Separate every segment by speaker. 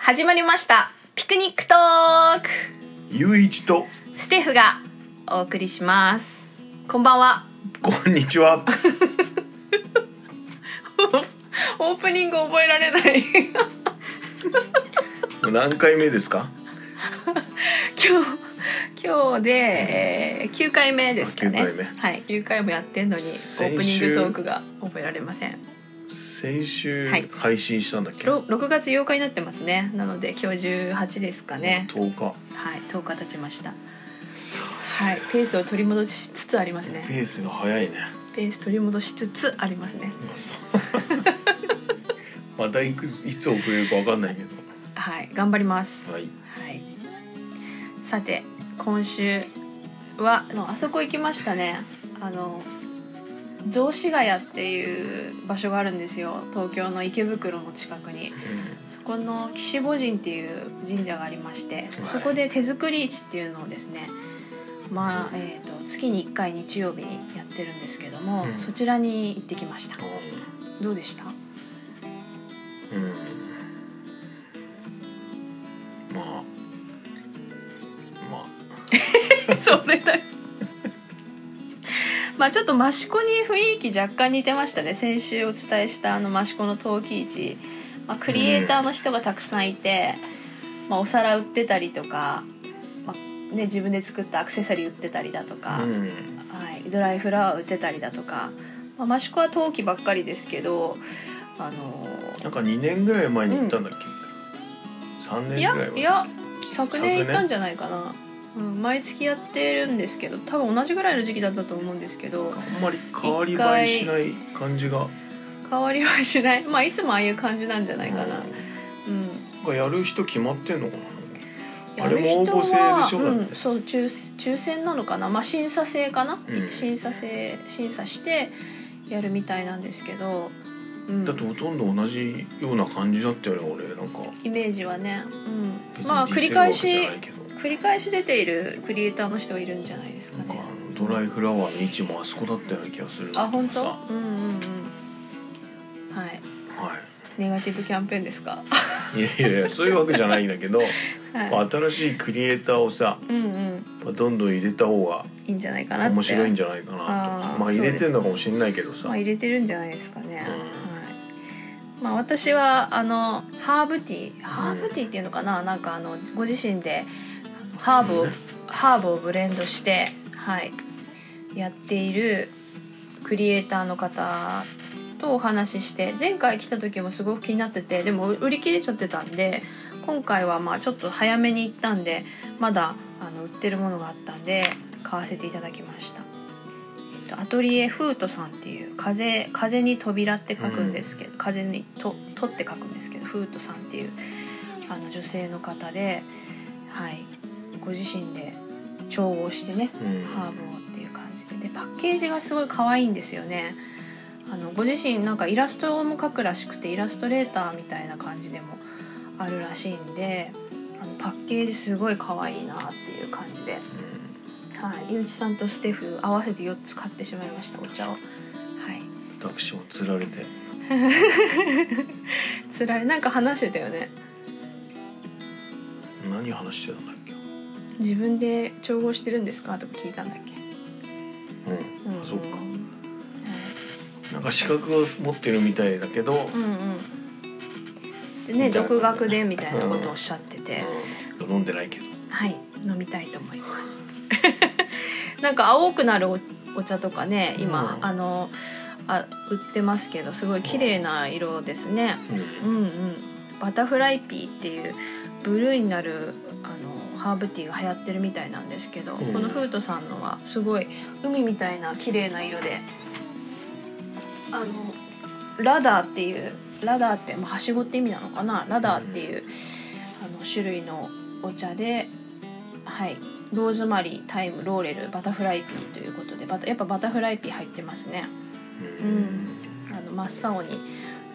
Speaker 1: 始まりましたピクニックトーク
Speaker 2: ゆういちと
Speaker 1: ステフがお送りしますこんばんは
Speaker 2: こんにちは
Speaker 1: オープニング覚えられない 今
Speaker 2: 何回目ですか
Speaker 1: 日今日で、えー、9回目ですかね
Speaker 2: あ9回目
Speaker 1: はい9回もやってんのにオ
Speaker 2: 先
Speaker 1: ープニング
Speaker 2: 週
Speaker 1: トークが覚えられません
Speaker 2: 先週
Speaker 1: はい
Speaker 2: 配信したんだっけ、
Speaker 1: ろ6月8日になってますねなので今日18ですかね
Speaker 2: 10日
Speaker 1: はい10日経ちましたはいペースを取り戻しつつありますね
Speaker 2: ペースが 早いね
Speaker 1: ペース取り戻しつつありますね
Speaker 2: 今さまたいくいつ遅れるかわかんないけど
Speaker 1: はい頑張ります、
Speaker 2: はい
Speaker 1: はい、さて今週はあのあそこ行きましたねあの雑司ヶ谷っていう場所があるんですよ東京の池袋の近くにそこの岸母神っていう神社がありましてそこで手作り市っていうのをですねまあえー、と月に1回日曜日にやってるんですけども、
Speaker 2: うん
Speaker 1: そちらに行ってきましたどうでした
Speaker 2: うん、うんまあま あ
Speaker 1: そうね。まあちょっと益子に雰囲気若干似てましたね先週お伝えしたあの益子の陶器市、まあ、クリエイターの人がたくさんいて、まあ、お皿売ってたりとか、まあね、自分で作ったアクセサリー売ってたりだとか、
Speaker 2: うん
Speaker 1: はい、ドライフラワー売ってたりだとか、まあ、益子は陶器ばっかりですけどあの
Speaker 2: なんか2年ぐらい前に行ったんだっけ、三3
Speaker 1: い
Speaker 2: 年
Speaker 1: や
Speaker 2: ぐらいはい
Speaker 1: や昨年行っ
Speaker 2: 昨年
Speaker 1: たんじゃないかな、うん、毎月やってるんですけど多分同じぐらいの時期だったと思うんですけど
Speaker 2: あんまり変わり映えしない感じが
Speaker 1: 変わりはしない まあいつもああいう感じなんじゃないかなうん
Speaker 2: がやる人決まってんのかな。あ
Speaker 1: や
Speaker 2: れ
Speaker 1: る
Speaker 2: も応
Speaker 1: 人
Speaker 2: 募制で
Speaker 1: は
Speaker 2: しょだ
Speaker 1: うん
Speaker 2: って。
Speaker 1: そう抽抽選なのかなまあ審査制かな、
Speaker 2: うん
Speaker 1: 審査制審査してやるみたいなんですけど、うん
Speaker 2: だってほとんど同じような感じだったよね俺なんか。
Speaker 1: イメージはね、う
Speaker 2: 別
Speaker 1: ん、
Speaker 2: に
Speaker 1: まあ繰り返し
Speaker 2: ディスるわけじゃない
Speaker 1: 繰り返し出ているクリエイターの人がいるんじゃないです
Speaker 2: けど
Speaker 1: か
Speaker 2: なん
Speaker 1: ね
Speaker 2: かあのドライフラワーの位置もあそこだったような気がする。
Speaker 1: あ本当
Speaker 2: さ
Speaker 1: うんうんうんはい
Speaker 2: は
Speaker 1: ネガティブキャンペーンですか
Speaker 2: い。いやいやいやそういうわけじゃないんだけ ど、
Speaker 1: はい、
Speaker 2: まあ、新しいクリエイターをさ、
Speaker 1: うんうん
Speaker 2: まあ、どんどん入れた方が
Speaker 1: いいんじゃないかなって
Speaker 2: 面白いんじゃないかなと
Speaker 1: あー
Speaker 2: まあ
Speaker 1: そう
Speaker 2: 入
Speaker 1: です
Speaker 2: れてんのかもしれないけどさ、
Speaker 1: まあ、入れてるんじゃないですかね、はい
Speaker 2: うん
Speaker 1: まあ、私はあのハーブティーハーブティーっていうのかな、なんかあのご自身であのハーブをハーブをブレンドして、はい、やっているクリエイターの方とお話しして前回来た時もすごく気になっててでも売り切れちゃってたんで今回はまあちょっと早めに行ったんでまだあの売ってるものがあったんで買わせていただきました。えっとアトリエフートさんっていう風風に扉って書くんですけど、風にととって書くんですけどフートさんっていうあの女性の方で、はい、ご自身で調合してね
Speaker 2: うん、
Speaker 1: ハーブをっていう感じででパッケージがすごい可愛いんですよねあのご自身なんかイラストも描くらしくてイラストレーターみたいな感じでもあるらしいんであのパッケージすごい可愛いなっていう感じで、はい、ゆうちさんとステフ合わせて4つ買ってしまいましたお茶を。はい
Speaker 2: うん、私も釣られて
Speaker 1: つらいなんか話してたよね
Speaker 2: 何話してたんだっけ。
Speaker 1: 自分で調合してるんですかとか聞いたんだっけ
Speaker 2: うん、あそっか
Speaker 1: はい。
Speaker 2: なんか資格を持ってるみたいだけど、
Speaker 1: うんうんでね
Speaker 2: みたいな
Speaker 1: 独学でみたいなことをおっしゃってて、
Speaker 2: うん飲んでないけど
Speaker 1: はい飲みたいと思います なんか青くなるおお茶とかね今、
Speaker 2: うん
Speaker 1: あのあ売ってますけどすごい綺麗な色ですね、う
Speaker 2: うん
Speaker 1: うんバタフライピーっていうブルーになるあのハーブティーが流行ってるみたいなんですけど、
Speaker 2: うん
Speaker 1: このフートさんのはすごい海みたいな綺麗な色であのラダーっていうラダーって、まあ、はしごって意味なのかなラダーっていう、あの種類のお茶ではいローズマリータイムローレルバタフライピーということでバタやっぱバタフライピー入ってますね。うんあの真っ青に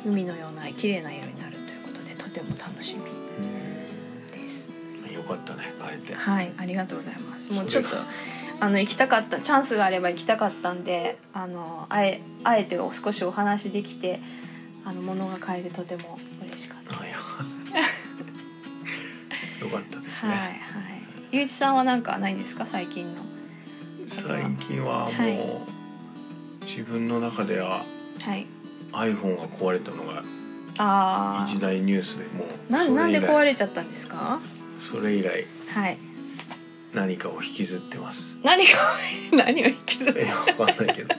Speaker 1: 海のような綺麗な色になるということでとても楽しみです。
Speaker 2: うんよかったね会えて
Speaker 1: はい、ありがとうございます。もうち
Speaker 2: そ
Speaker 1: ょっ
Speaker 2: れ
Speaker 1: と
Speaker 2: が
Speaker 1: あの行きたかったチャンスがあれば行きたかったんで、あのあえあえて少しお話できて、あの物が買えてとても嬉しかった。
Speaker 2: はい よかったです
Speaker 1: はいは
Speaker 2: ね。
Speaker 1: い。ゆういちさんはなんかないですか最近の。
Speaker 2: 最近はもう、
Speaker 1: は
Speaker 2: 自分の中では
Speaker 1: はい。
Speaker 2: iPhone が壊れたのが
Speaker 1: あ
Speaker 2: 一大ニュースでもう
Speaker 1: あ。なんなんで壊
Speaker 2: れ
Speaker 1: れちゃったんですか。
Speaker 2: それ以来
Speaker 1: はい。
Speaker 2: 何かを引きずってます。
Speaker 1: 何が 何を引きずる。
Speaker 2: えわかんないけど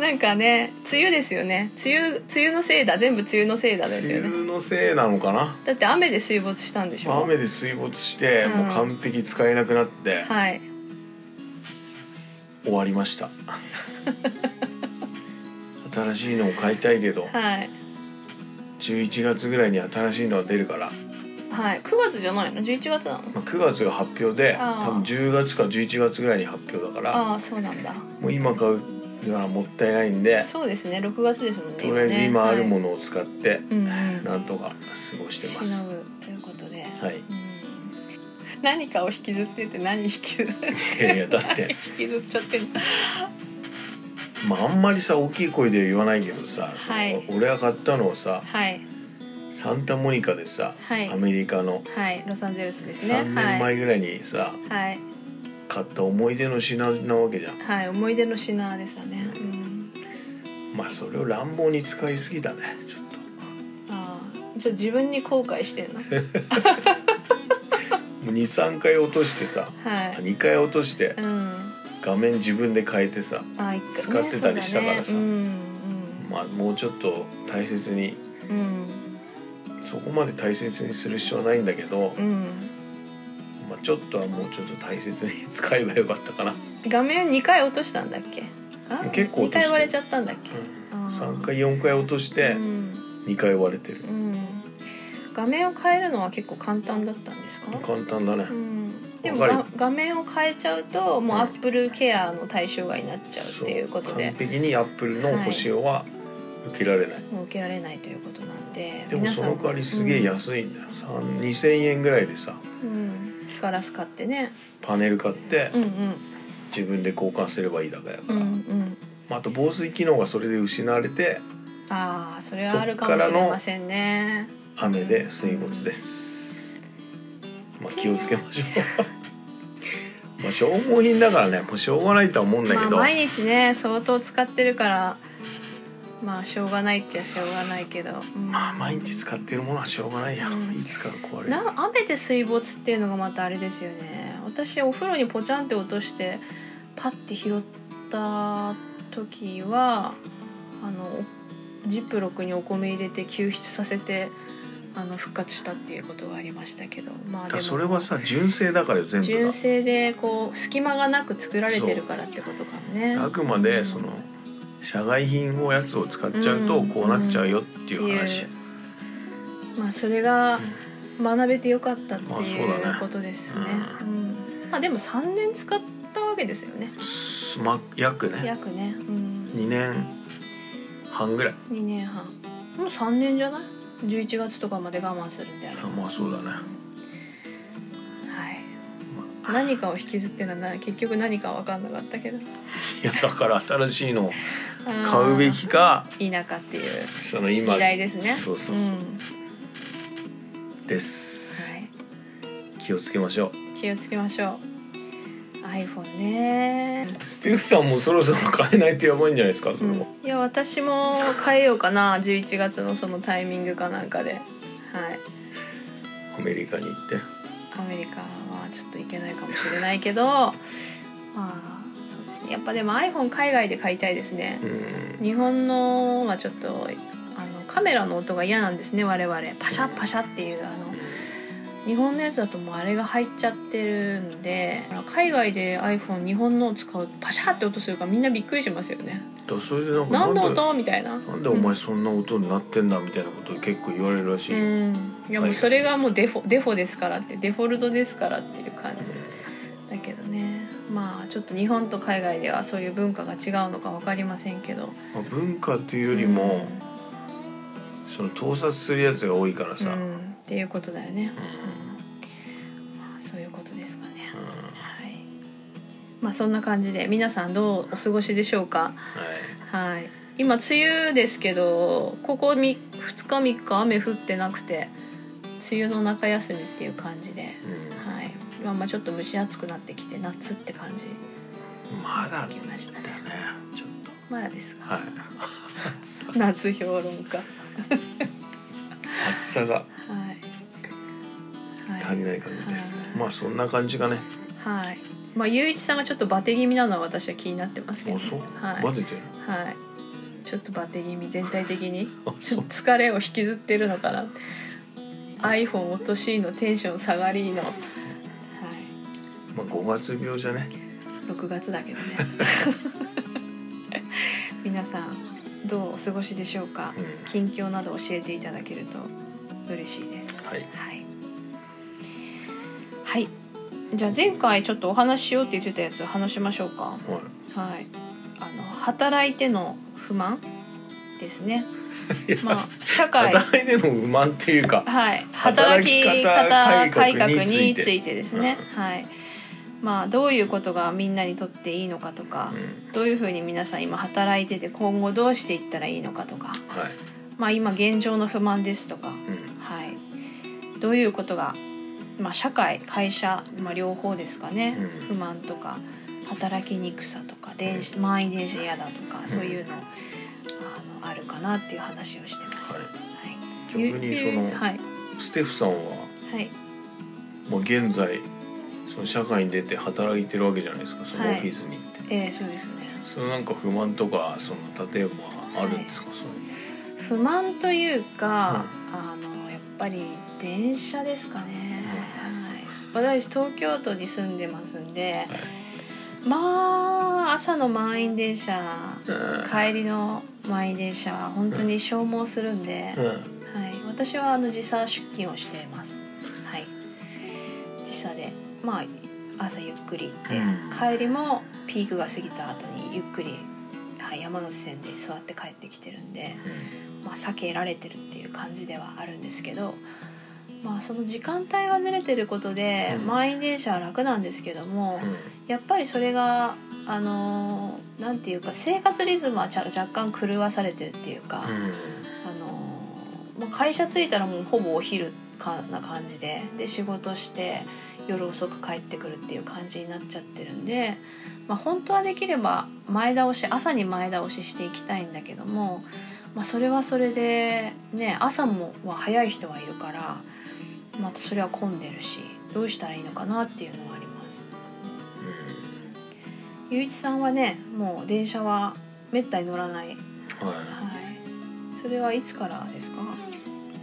Speaker 1: なんかね梅雨ですよね。梅雨梅雨のせいだ全部梅雨のせいだです
Speaker 2: 梅
Speaker 1: よね。
Speaker 2: 雨のせいなのかな。
Speaker 1: だって雨で水没したんでしょ。
Speaker 2: 雨で水没して、
Speaker 1: うん
Speaker 2: もう完璧使えなくなって
Speaker 1: はい。
Speaker 2: 終わりました。新しいのを買いたいけど、
Speaker 1: はい。
Speaker 2: 11月ぐらいに新しいのは出るから、
Speaker 1: はい。九月じゃないの？十一月なの？
Speaker 2: まあ、9月が発表で
Speaker 1: あー
Speaker 2: 多分10月か11月ぐらいに発表だから
Speaker 1: ああそうなんだ。
Speaker 2: もう今買うにはもったいないんで
Speaker 1: そうですね。六月ですもんね。
Speaker 2: とりあえず今あるも
Speaker 1: の。
Speaker 2: のを使って
Speaker 1: うんうん
Speaker 2: なんとか過ごして
Speaker 1: し
Speaker 2: ます
Speaker 1: の。ぐということで。
Speaker 2: はい、
Speaker 1: うん何かを引きずってて何引きずっ
Speaker 2: いやいや だって
Speaker 1: 引きずっちゃってんの
Speaker 2: まああんまりさ大きい声で言わないけどさ、
Speaker 1: はい
Speaker 2: その俺が買ったのをさ
Speaker 1: はい
Speaker 2: サンタモニカでさ、
Speaker 1: はい
Speaker 2: アメリカの
Speaker 1: はいロサンゼルスですね
Speaker 2: 3年
Speaker 1: は
Speaker 2: 前
Speaker 1: い
Speaker 2: ぐらいにさ、
Speaker 1: はい、
Speaker 2: 買った思い出の品なわけじゃん
Speaker 1: はい、思い出の品でしたね、うん、
Speaker 2: まあそれを乱暴に使いすぎだねちょっ
Speaker 1: ああちょっと自分に後悔してんの
Speaker 2: ともう23回落としてさ
Speaker 1: はい
Speaker 2: 2回落として
Speaker 1: うん
Speaker 2: 画面自分で変えてさ
Speaker 1: あ一回ね
Speaker 2: 使ってたりしたからさ
Speaker 1: そうだねうん
Speaker 2: まあもうちょっと大切に
Speaker 1: うん
Speaker 2: そこまで大切にする必要はないんだけど、
Speaker 1: うん、
Speaker 2: まあ、ちょっとはもうちょっと大切に使えばよかったかな、
Speaker 1: うん、画面二回落としたんだっけあ
Speaker 2: 結
Speaker 1: 二
Speaker 2: 構落としてる
Speaker 1: 回割れちゃったんだっけあー
Speaker 2: 3回4回落として
Speaker 1: うん
Speaker 2: 2回割れてる
Speaker 1: うん、画面を変えるのは結構簡単だったんですか、
Speaker 2: 簡単だね
Speaker 1: うん、でも
Speaker 2: わかる
Speaker 1: が画面を変えちゃうともう
Speaker 2: うん
Speaker 1: アップルケアの対象外になっちゃうっていうこと
Speaker 2: 完
Speaker 1: で
Speaker 2: 璧にアップルの保証は受けられない、
Speaker 1: もう受けられないということなんで
Speaker 2: でもその代わりすげえ
Speaker 1: や
Speaker 2: 安いんだよ、さん2,000円ぐらいでさ
Speaker 1: うん、ガラス買ってね
Speaker 2: パネル買って
Speaker 1: うんうん
Speaker 2: 自分で交換すればいいだけだか
Speaker 1: う
Speaker 2: ら、
Speaker 1: んう
Speaker 2: ま
Speaker 1: ん
Speaker 2: あ、あと防水機能がそれで失われて
Speaker 1: ああそれはあるかもしれませんね
Speaker 2: 雨で水没です、まあ気をつけましょうまあ消耗品だからねもうしょうがないとは思うんだ
Speaker 1: ま
Speaker 2: け
Speaker 1: あ
Speaker 2: ど、
Speaker 1: 毎日ね相当使ってるからまあしょうがないってしょうがないけど、うん
Speaker 2: まあ毎日使ってるものはしょうがないや、
Speaker 1: うん
Speaker 2: いつか壊れる
Speaker 1: な雨で水没っていうのがまたあれですよね私お風呂にポチャンって落としてパッて拾った時はあのジップロックにお米入れて救出させてあの復活したっていうことはありましたけどまあ
Speaker 2: だ
Speaker 1: で
Speaker 2: から
Speaker 1: も
Speaker 2: それはさ純正だからよ全部
Speaker 1: 純正でこう隙間がなく作られてるからってことかもね
Speaker 2: があくまでその社外品のやつを使っちゃうと
Speaker 1: うん
Speaker 2: こうなっちゃうよっていう話、
Speaker 1: まあそれが学べてよかったって
Speaker 2: まあ
Speaker 1: い
Speaker 2: そうだ
Speaker 1: う
Speaker 2: ね
Speaker 1: ことですね,、
Speaker 2: う
Speaker 1: うんまあでも3年使ったわけですよね
Speaker 2: ま約ね
Speaker 1: 約ね、うん、
Speaker 2: 2年半ぐらい
Speaker 1: 2年半もう3年じゃない11月とかまで我慢するんであれば
Speaker 2: あまあそうだね
Speaker 1: はい何かを引きずってるのはな結局何か分かんなかったけど
Speaker 2: いやだから新しいのを買
Speaker 1: 買
Speaker 2: うべきか
Speaker 1: 田舎っていう
Speaker 2: その今
Speaker 1: 時代ですね
Speaker 2: そうそうそう、
Speaker 1: んは
Speaker 2: です、気をつけましょ
Speaker 1: い、気をつけましょう iPhone ね
Speaker 2: うステフさんもそろそろ買えないとやばいんじゃないですかそれも、
Speaker 1: いや私も変えようかな11月のそのタイミングかなんかではい
Speaker 2: アメリカに行って
Speaker 1: アメリカはちょっと行けないかもしれないけどまあそうですねやっぱでも iPhone 海外で買いたいですね
Speaker 2: うん
Speaker 1: 日本のはちょっとあのカメラの音が嫌なんですね我々パシャパシャっていうあの日本のやつだともうあれが入っちゃってるんで海外で iPhone 日本のを使うとパシャって音するからみんなびっくりしますよね
Speaker 2: だそれでなんか
Speaker 1: 何の
Speaker 2: なんで
Speaker 1: 音みたいな
Speaker 2: なんでお前そんな音になってんだみたいなことを結構言われるらしい、
Speaker 1: うん、いやもうそれがもうデフォデフォですからってデフォルトですからっていう感じだけどねまあちょっと日本と海外ではそういう文化が違うのか分かりませんけど
Speaker 2: まあ文化というよりも、その盗撮するやつが多いから
Speaker 1: うん
Speaker 2: さ、
Speaker 1: うんっていうことだよね、うんまあ、そういうことですかね、はいまあそんな感じで皆さんどうお過ごしでしょうか
Speaker 2: はい
Speaker 1: はい今梅雨ですけどここみ2日3日雨降ってなくて梅雨の中休みっていう感じで、
Speaker 2: うん
Speaker 1: はい、まあまあちょっと蒸し暑くなってきて夏って感じ
Speaker 2: まだだよ
Speaker 1: き
Speaker 2: ね
Speaker 1: ましたね
Speaker 2: ちょっ
Speaker 1: まだですが
Speaker 2: とはい暑さ
Speaker 1: 夏評論家は
Speaker 2: 暑さが
Speaker 1: いは
Speaker 2: 足り
Speaker 1: い、
Speaker 2: ない感じですね
Speaker 1: はい
Speaker 2: まあそんな感じがね
Speaker 1: はい、まあゆういちさんがちょっとバテ気味なのは私は気になってますけど
Speaker 2: あ
Speaker 1: ね、
Speaker 2: そう
Speaker 1: はい、
Speaker 2: バテてる
Speaker 1: はい。ちょっとバテ気味全体的に
Speaker 2: あ
Speaker 1: ち
Speaker 2: そ
Speaker 1: ょ
Speaker 2: う
Speaker 1: っと疲れを引きずってるのかな。iPhone 落としいのテンション下がりの。はい。
Speaker 2: まあ五月病じゃね
Speaker 1: 6月だけどね。 皆さんどうお過ごしでしょうか
Speaker 2: うん。
Speaker 1: 近況など教えていただけると嬉しいです。
Speaker 2: はい
Speaker 1: はい。はい。じゃあ前回ちょっとお話ししようって言ってたやつ話しましょうか。
Speaker 2: は
Speaker 1: はい、あの働いての不満ですね。
Speaker 2: いいや
Speaker 1: まあ社会
Speaker 2: 働いての不満っ ていうか
Speaker 1: はい働き方
Speaker 2: 働き方
Speaker 1: 改
Speaker 2: 改
Speaker 1: 革
Speaker 2: 革
Speaker 1: に
Speaker 2: に
Speaker 1: つ
Speaker 2: つ
Speaker 1: い
Speaker 2: い
Speaker 1: てですね。はい。まあどういうことがみんなにとっていいのかとか
Speaker 2: うん、
Speaker 1: どういうふうに皆さん今働いてて今後どうしていったらいいのかとか、
Speaker 2: はい
Speaker 1: まあ今現状の不満ですとか、
Speaker 2: うん
Speaker 1: はい。どういうことがまあ社会会社まあ両方ですかね、
Speaker 2: うん
Speaker 1: 不満とか働きにくさとか電子、満員電車嫌だとかそういうの,、あのあるかなっていう話をしてました。
Speaker 2: は
Speaker 1: はいい
Speaker 2: 逆にその
Speaker 1: はい
Speaker 2: ステフさんは
Speaker 1: はい
Speaker 2: まあ現在その社会に出て働いてるわけじゃないですかそのオフィスに行って、
Speaker 1: えーそうですね。
Speaker 2: そのなんか不満とかその例えばあるんですか、そう
Speaker 1: 不満というか、あのやっぱり電車ですかね。はい、私東京都に住んでますんで、まあ朝の満員電車
Speaker 2: いう
Speaker 1: 帰りの満員電車は本当に消耗するんで、
Speaker 2: うん、
Speaker 1: はい、私はあの時差出勤をしています。はい、時差で、まあ朝ゆっくり行って、
Speaker 2: うん
Speaker 1: 帰りもピークが過ぎた後にゆっくり、はい、山手線で座って帰ってきてるんで、まあ避けられてるっていう感じではあるんですけど。まあ、その時間帯がずれてることで
Speaker 2: うん
Speaker 1: 満員電車は楽なんですけども、
Speaker 2: うん
Speaker 1: やっぱりそれがあのーなんていうか生活リズムはちゃ若干狂わされてるっていうか、あのーまあ、会社着いたらもうほぼお昼かな感じでで仕事して夜遅く帰ってくるっていう感じになっちゃってるんで、まあ、本当はできれば前倒し朝に前倒ししていきたいんだけども、まあ、それはそれで、ね、朝もは早い人はいるからまたそれは混んでるしどうしたらいいのかなっていうのはあります。ゆういちさんはねもう電車はめったに乗らない、はい、
Speaker 2: うんは
Speaker 1: それはいつからですか、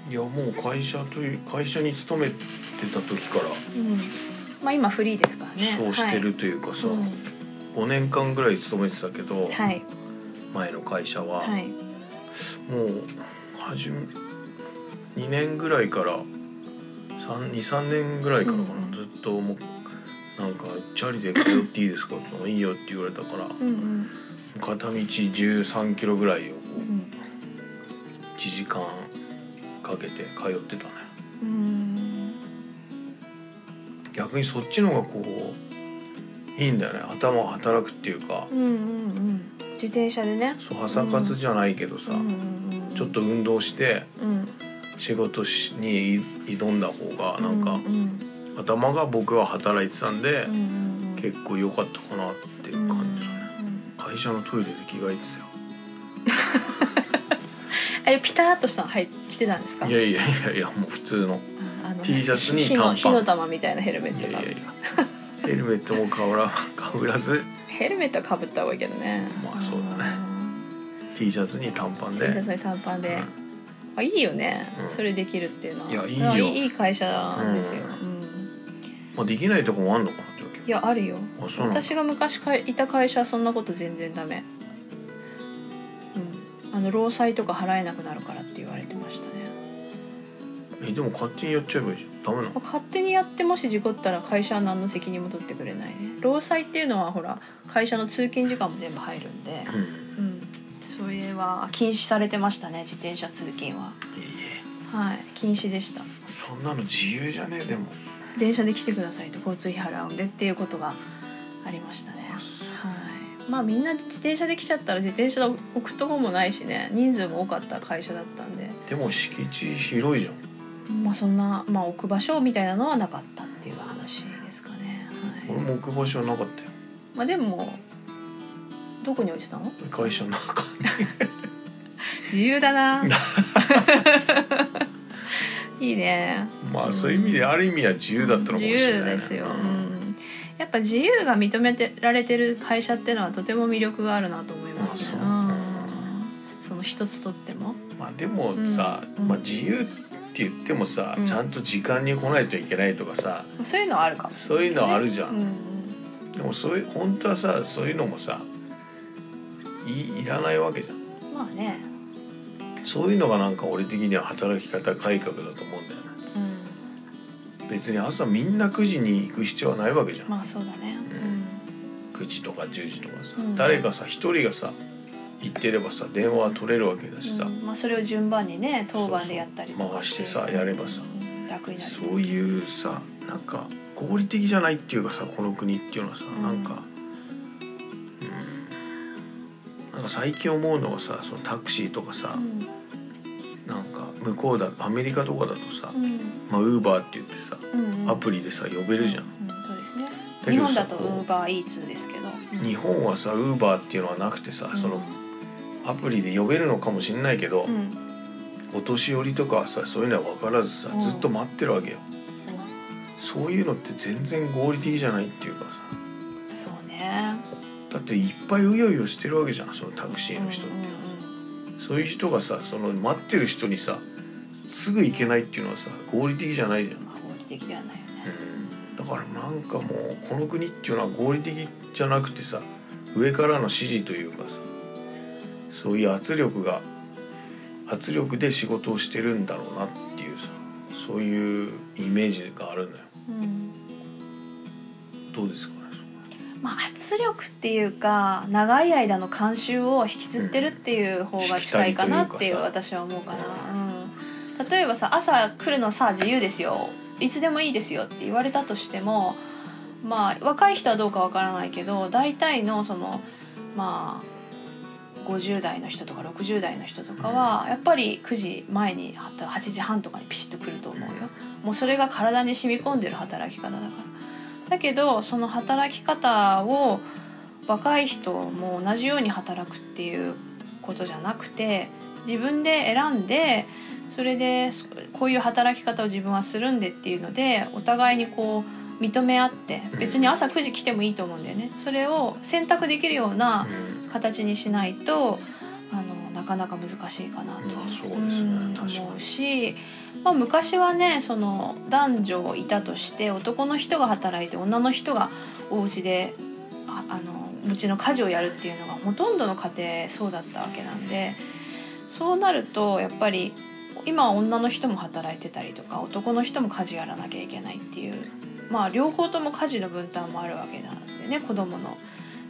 Speaker 2: いいやもう会社という会社に勤めてた時から
Speaker 1: うん、まあ今フリーですからね
Speaker 2: そうしてるというかさ、
Speaker 1: はい、
Speaker 2: 5年間ぐらい勤めてたけど、
Speaker 1: うんはい
Speaker 2: 前の会社は、
Speaker 1: はい
Speaker 2: もう始め2年ぐらいから23年ぐらいからかな、
Speaker 1: うん
Speaker 2: ずっともうなんか「チャリで通っていいですか?」って言ったらいいよ」って言われたから
Speaker 1: うんうん
Speaker 2: 片道1 3キロぐらいを
Speaker 1: うん
Speaker 2: 1時間かけて通ってたね
Speaker 1: うん
Speaker 2: 逆にそっちの方がこういいんだよね頭が働くっていうか
Speaker 1: うんうんうん自転車でね
Speaker 2: そう朝活じゃないけどさ、
Speaker 1: うんうんうん
Speaker 2: ちょっと運動して
Speaker 1: うん
Speaker 2: 仕事しに挑んだ方がなんか、
Speaker 1: うんうん
Speaker 2: 頭が僕は働いてたんで、
Speaker 1: うんうんうん
Speaker 2: 結構良かったかなっていう感じだね、
Speaker 1: うんうん
Speaker 2: 会社のトイレで着替えて
Speaker 1: あれピタッとしたのはいしてたんですか
Speaker 2: たよいやいやいやいやもう普通の
Speaker 1: あの
Speaker 2: T シャツに
Speaker 1: 火
Speaker 2: 短パ
Speaker 1: の
Speaker 2: ン
Speaker 1: 火の玉みたいなヘルメ
Speaker 2: い
Speaker 1: ッ
Speaker 2: や
Speaker 1: ト
Speaker 2: い
Speaker 1: が
Speaker 2: やいやヘルメットもかぶら かぶらず
Speaker 1: ヘルメットかぶった方がいいけどね
Speaker 2: まあそうだね
Speaker 1: ん
Speaker 2: T シャツに短パンで、
Speaker 1: T シャツに短パンで、あいいよね、
Speaker 2: うん
Speaker 1: それできるっていうのはい
Speaker 2: やいい
Speaker 1: あ
Speaker 2: よ
Speaker 1: いい会社なんですよ、
Speaker 2: う
Speaker 1: うん
Speaker 2: まあ、できないとこもあんのかな状況
Speaker 1: いやあるよ
Speaker 2: あそうなんだ
Speaker 1: 私が昔かいた会社はそんなこと全然ダメうんあの労災とか払えなくなるからって言われてましたね
Speaker 2: えでも勝手にやっちゃえばいいじゃんダメなの
Speaker 1: まあ勝手にやってもし事故ったら会社は何の責任も取ってくれないね労災っていうのはほら会社の通勤時間も全部入るんで
Speaker 2: うん
Speaker 1: うんそれは禁止されてましたね自転車通勤はい
Speaker 2: い
Speaker 1: はい禁止でした
Speaker 2: えそんなの自由じゃねえでも
Speaker 1: 電車で来てくださいと交通費払うんでっていうことがありましたね。はい。まあみんな自転車で来ちゃったら自転車で置くとこもないしね人数も多かった会社だったんで
Speaker 2: でも敷地広いじゃん
Speaker 1: まあそんな、まあ、置く場所みたいなのはなかったっていう話ですかね、はい
Speaker 2: 俺も置く場所なかったよ
Speaker 1: まあ、でもどこに置いてたの
Speaker 2: 会社の 中
Speaker 1: 自由だな いいね
Speaker 2: まあそういう意味である意味は自由だったのかも
Speaker 1: 自
Speaker 2: しれ
Speaker 1: 由
Speaker 2: ないね
Speaker 1: ですよ、う
Speaker 2: うん
Speaker 1: ん、やっぱ自由が認めてられてる会社っていうのはとても魅力があるなと思いますね、
Speaker 2: あ
Speaker 1: うん、その一つとっても
Speaker 2: まあでもさ、
Speaker 1: うん
Speaker 2: まあ自由って言ってもさ、
Speaker 1: うん
Speaker 2: ちゃんと時間に来ないといけないとかさ
Speaker 1: そういうのはあるかも
Speaker 2: そういうのはあるじゃ、
Speaker 1: うんん
Speaker 2: でもそういう本当はさそういうのもさいいらないわけじゃん
Speaker 1: まあね、
Speaker 2: そういうのがなんか俺的には働き方改革だと思うんだよね
Speaker 1: うん、
Speaker 2: 別に朝みんな9時に行く必要はないわけじゃん、
Speaker 1: まあそうだね、
Speaker 2: 9時とか10時とかさ、
Speaker 1: うん
Speaker 2: 誰かさ一人がさ行ってればさ電話は取れるわけだしさ、
Speaker 1: うんまあ、それを順番にね当番でやったりとか
Speaker 2: 回してさやればさ
Speaker 1: うん楽になる
Speaker 2: そういうさなんか合理的じゃないっていうかさこの国っていうのはさ、
Speaker 1: うん
Speaker 2: なんか、うん、なんか最近思うのはさそのタクシーとかさ、
Speaker 1: うん
Speaker 2: なんか向こうだアメリカとかだとさ、
Speaker 1: うん
Speaker 2: まあウーバーって言ってさ
Speaker 1: うんうん
Speaker 2: アプリでさ呼べるじゃん、
Speaker 1: うんうんそうですね
Speaker 2: だけどさ
Speaker 1: 日本だと
Speaker 2: こう
Speaker 1: UberEats ですけどうん
Speaker 2: 日本はさウーバーっていうのはなくてさ、そのアプリで呼べるのかもしれないけど、
Speaker 1: うんうん
Speaker 2: お年寄りとかはさそういうのは分からずさ、
Speaker 1: うん
Speaker 2: ずっと待ってるわけよそういうのって全然合理的じゃないっていうかさ
Speaker 1: そうね
Speaker 2: だっていっぱいうよいよしてるわけじゃんそのタクシーの人、
Speaker 1: うんうん
Speaker 2: そういう人がさその待ってる人にさすぐ行けないっていうのはさ合理的じゃないじゃん、
Speaker 1: うん合理的ではないよね
Speaker 2: だからなんかもうこの国っていうのは合理的じゃなくてさ上からの指示というかさそういう圧力が圧力で仕事をしてるんだろうなっていうさそういうイメージがあるんだよ
Speaker 1: うん
Speaker 2: どうですかね
Speaker 1: まあ圧力っていうか長い間の慣習を引きずってるっていう方が近いかなっていう
Speaker 2: うん
Speaker 1: 私は思うかな、うん、例えばさ朝来るのさ自由ですよいつでもいいですよって言われたとしてもまあ若い人はどうかわからないけど大体のそのまあ50代の人とか60代の人とかはやっぱり9時前に働8時半とかにピシッと来ると思うよもうそれが体に染み込んでる働き方だからだけどその働き方を若い人も同じように働くっていうことじゃなくて自分で選んでそれでそこういう働き方を自分はするんでっていうのでお互いにこう認め合って別に朝9時来てもいいと思うんだよね。それを選択できるような
Speaker 2: うん
Speaker 1: 形にしないとあのなかなか難しいかなと、
Speaker 2: まあそうですね
Speaker 1: うん
Speaker 2: 確かに
Speaker 1: 思うし、まあ、昔はねその男女いたとして男の人が働いて女の人がお家でああのうちの家事をやるっていうのがほとんどの家庭そうだったわけなんでそうなるとやっぱり今は女の人も働いてたりとか男の人も家事やらなきゃいけないっていうまあ両方とも家事の分担もあるわけなんでね子供の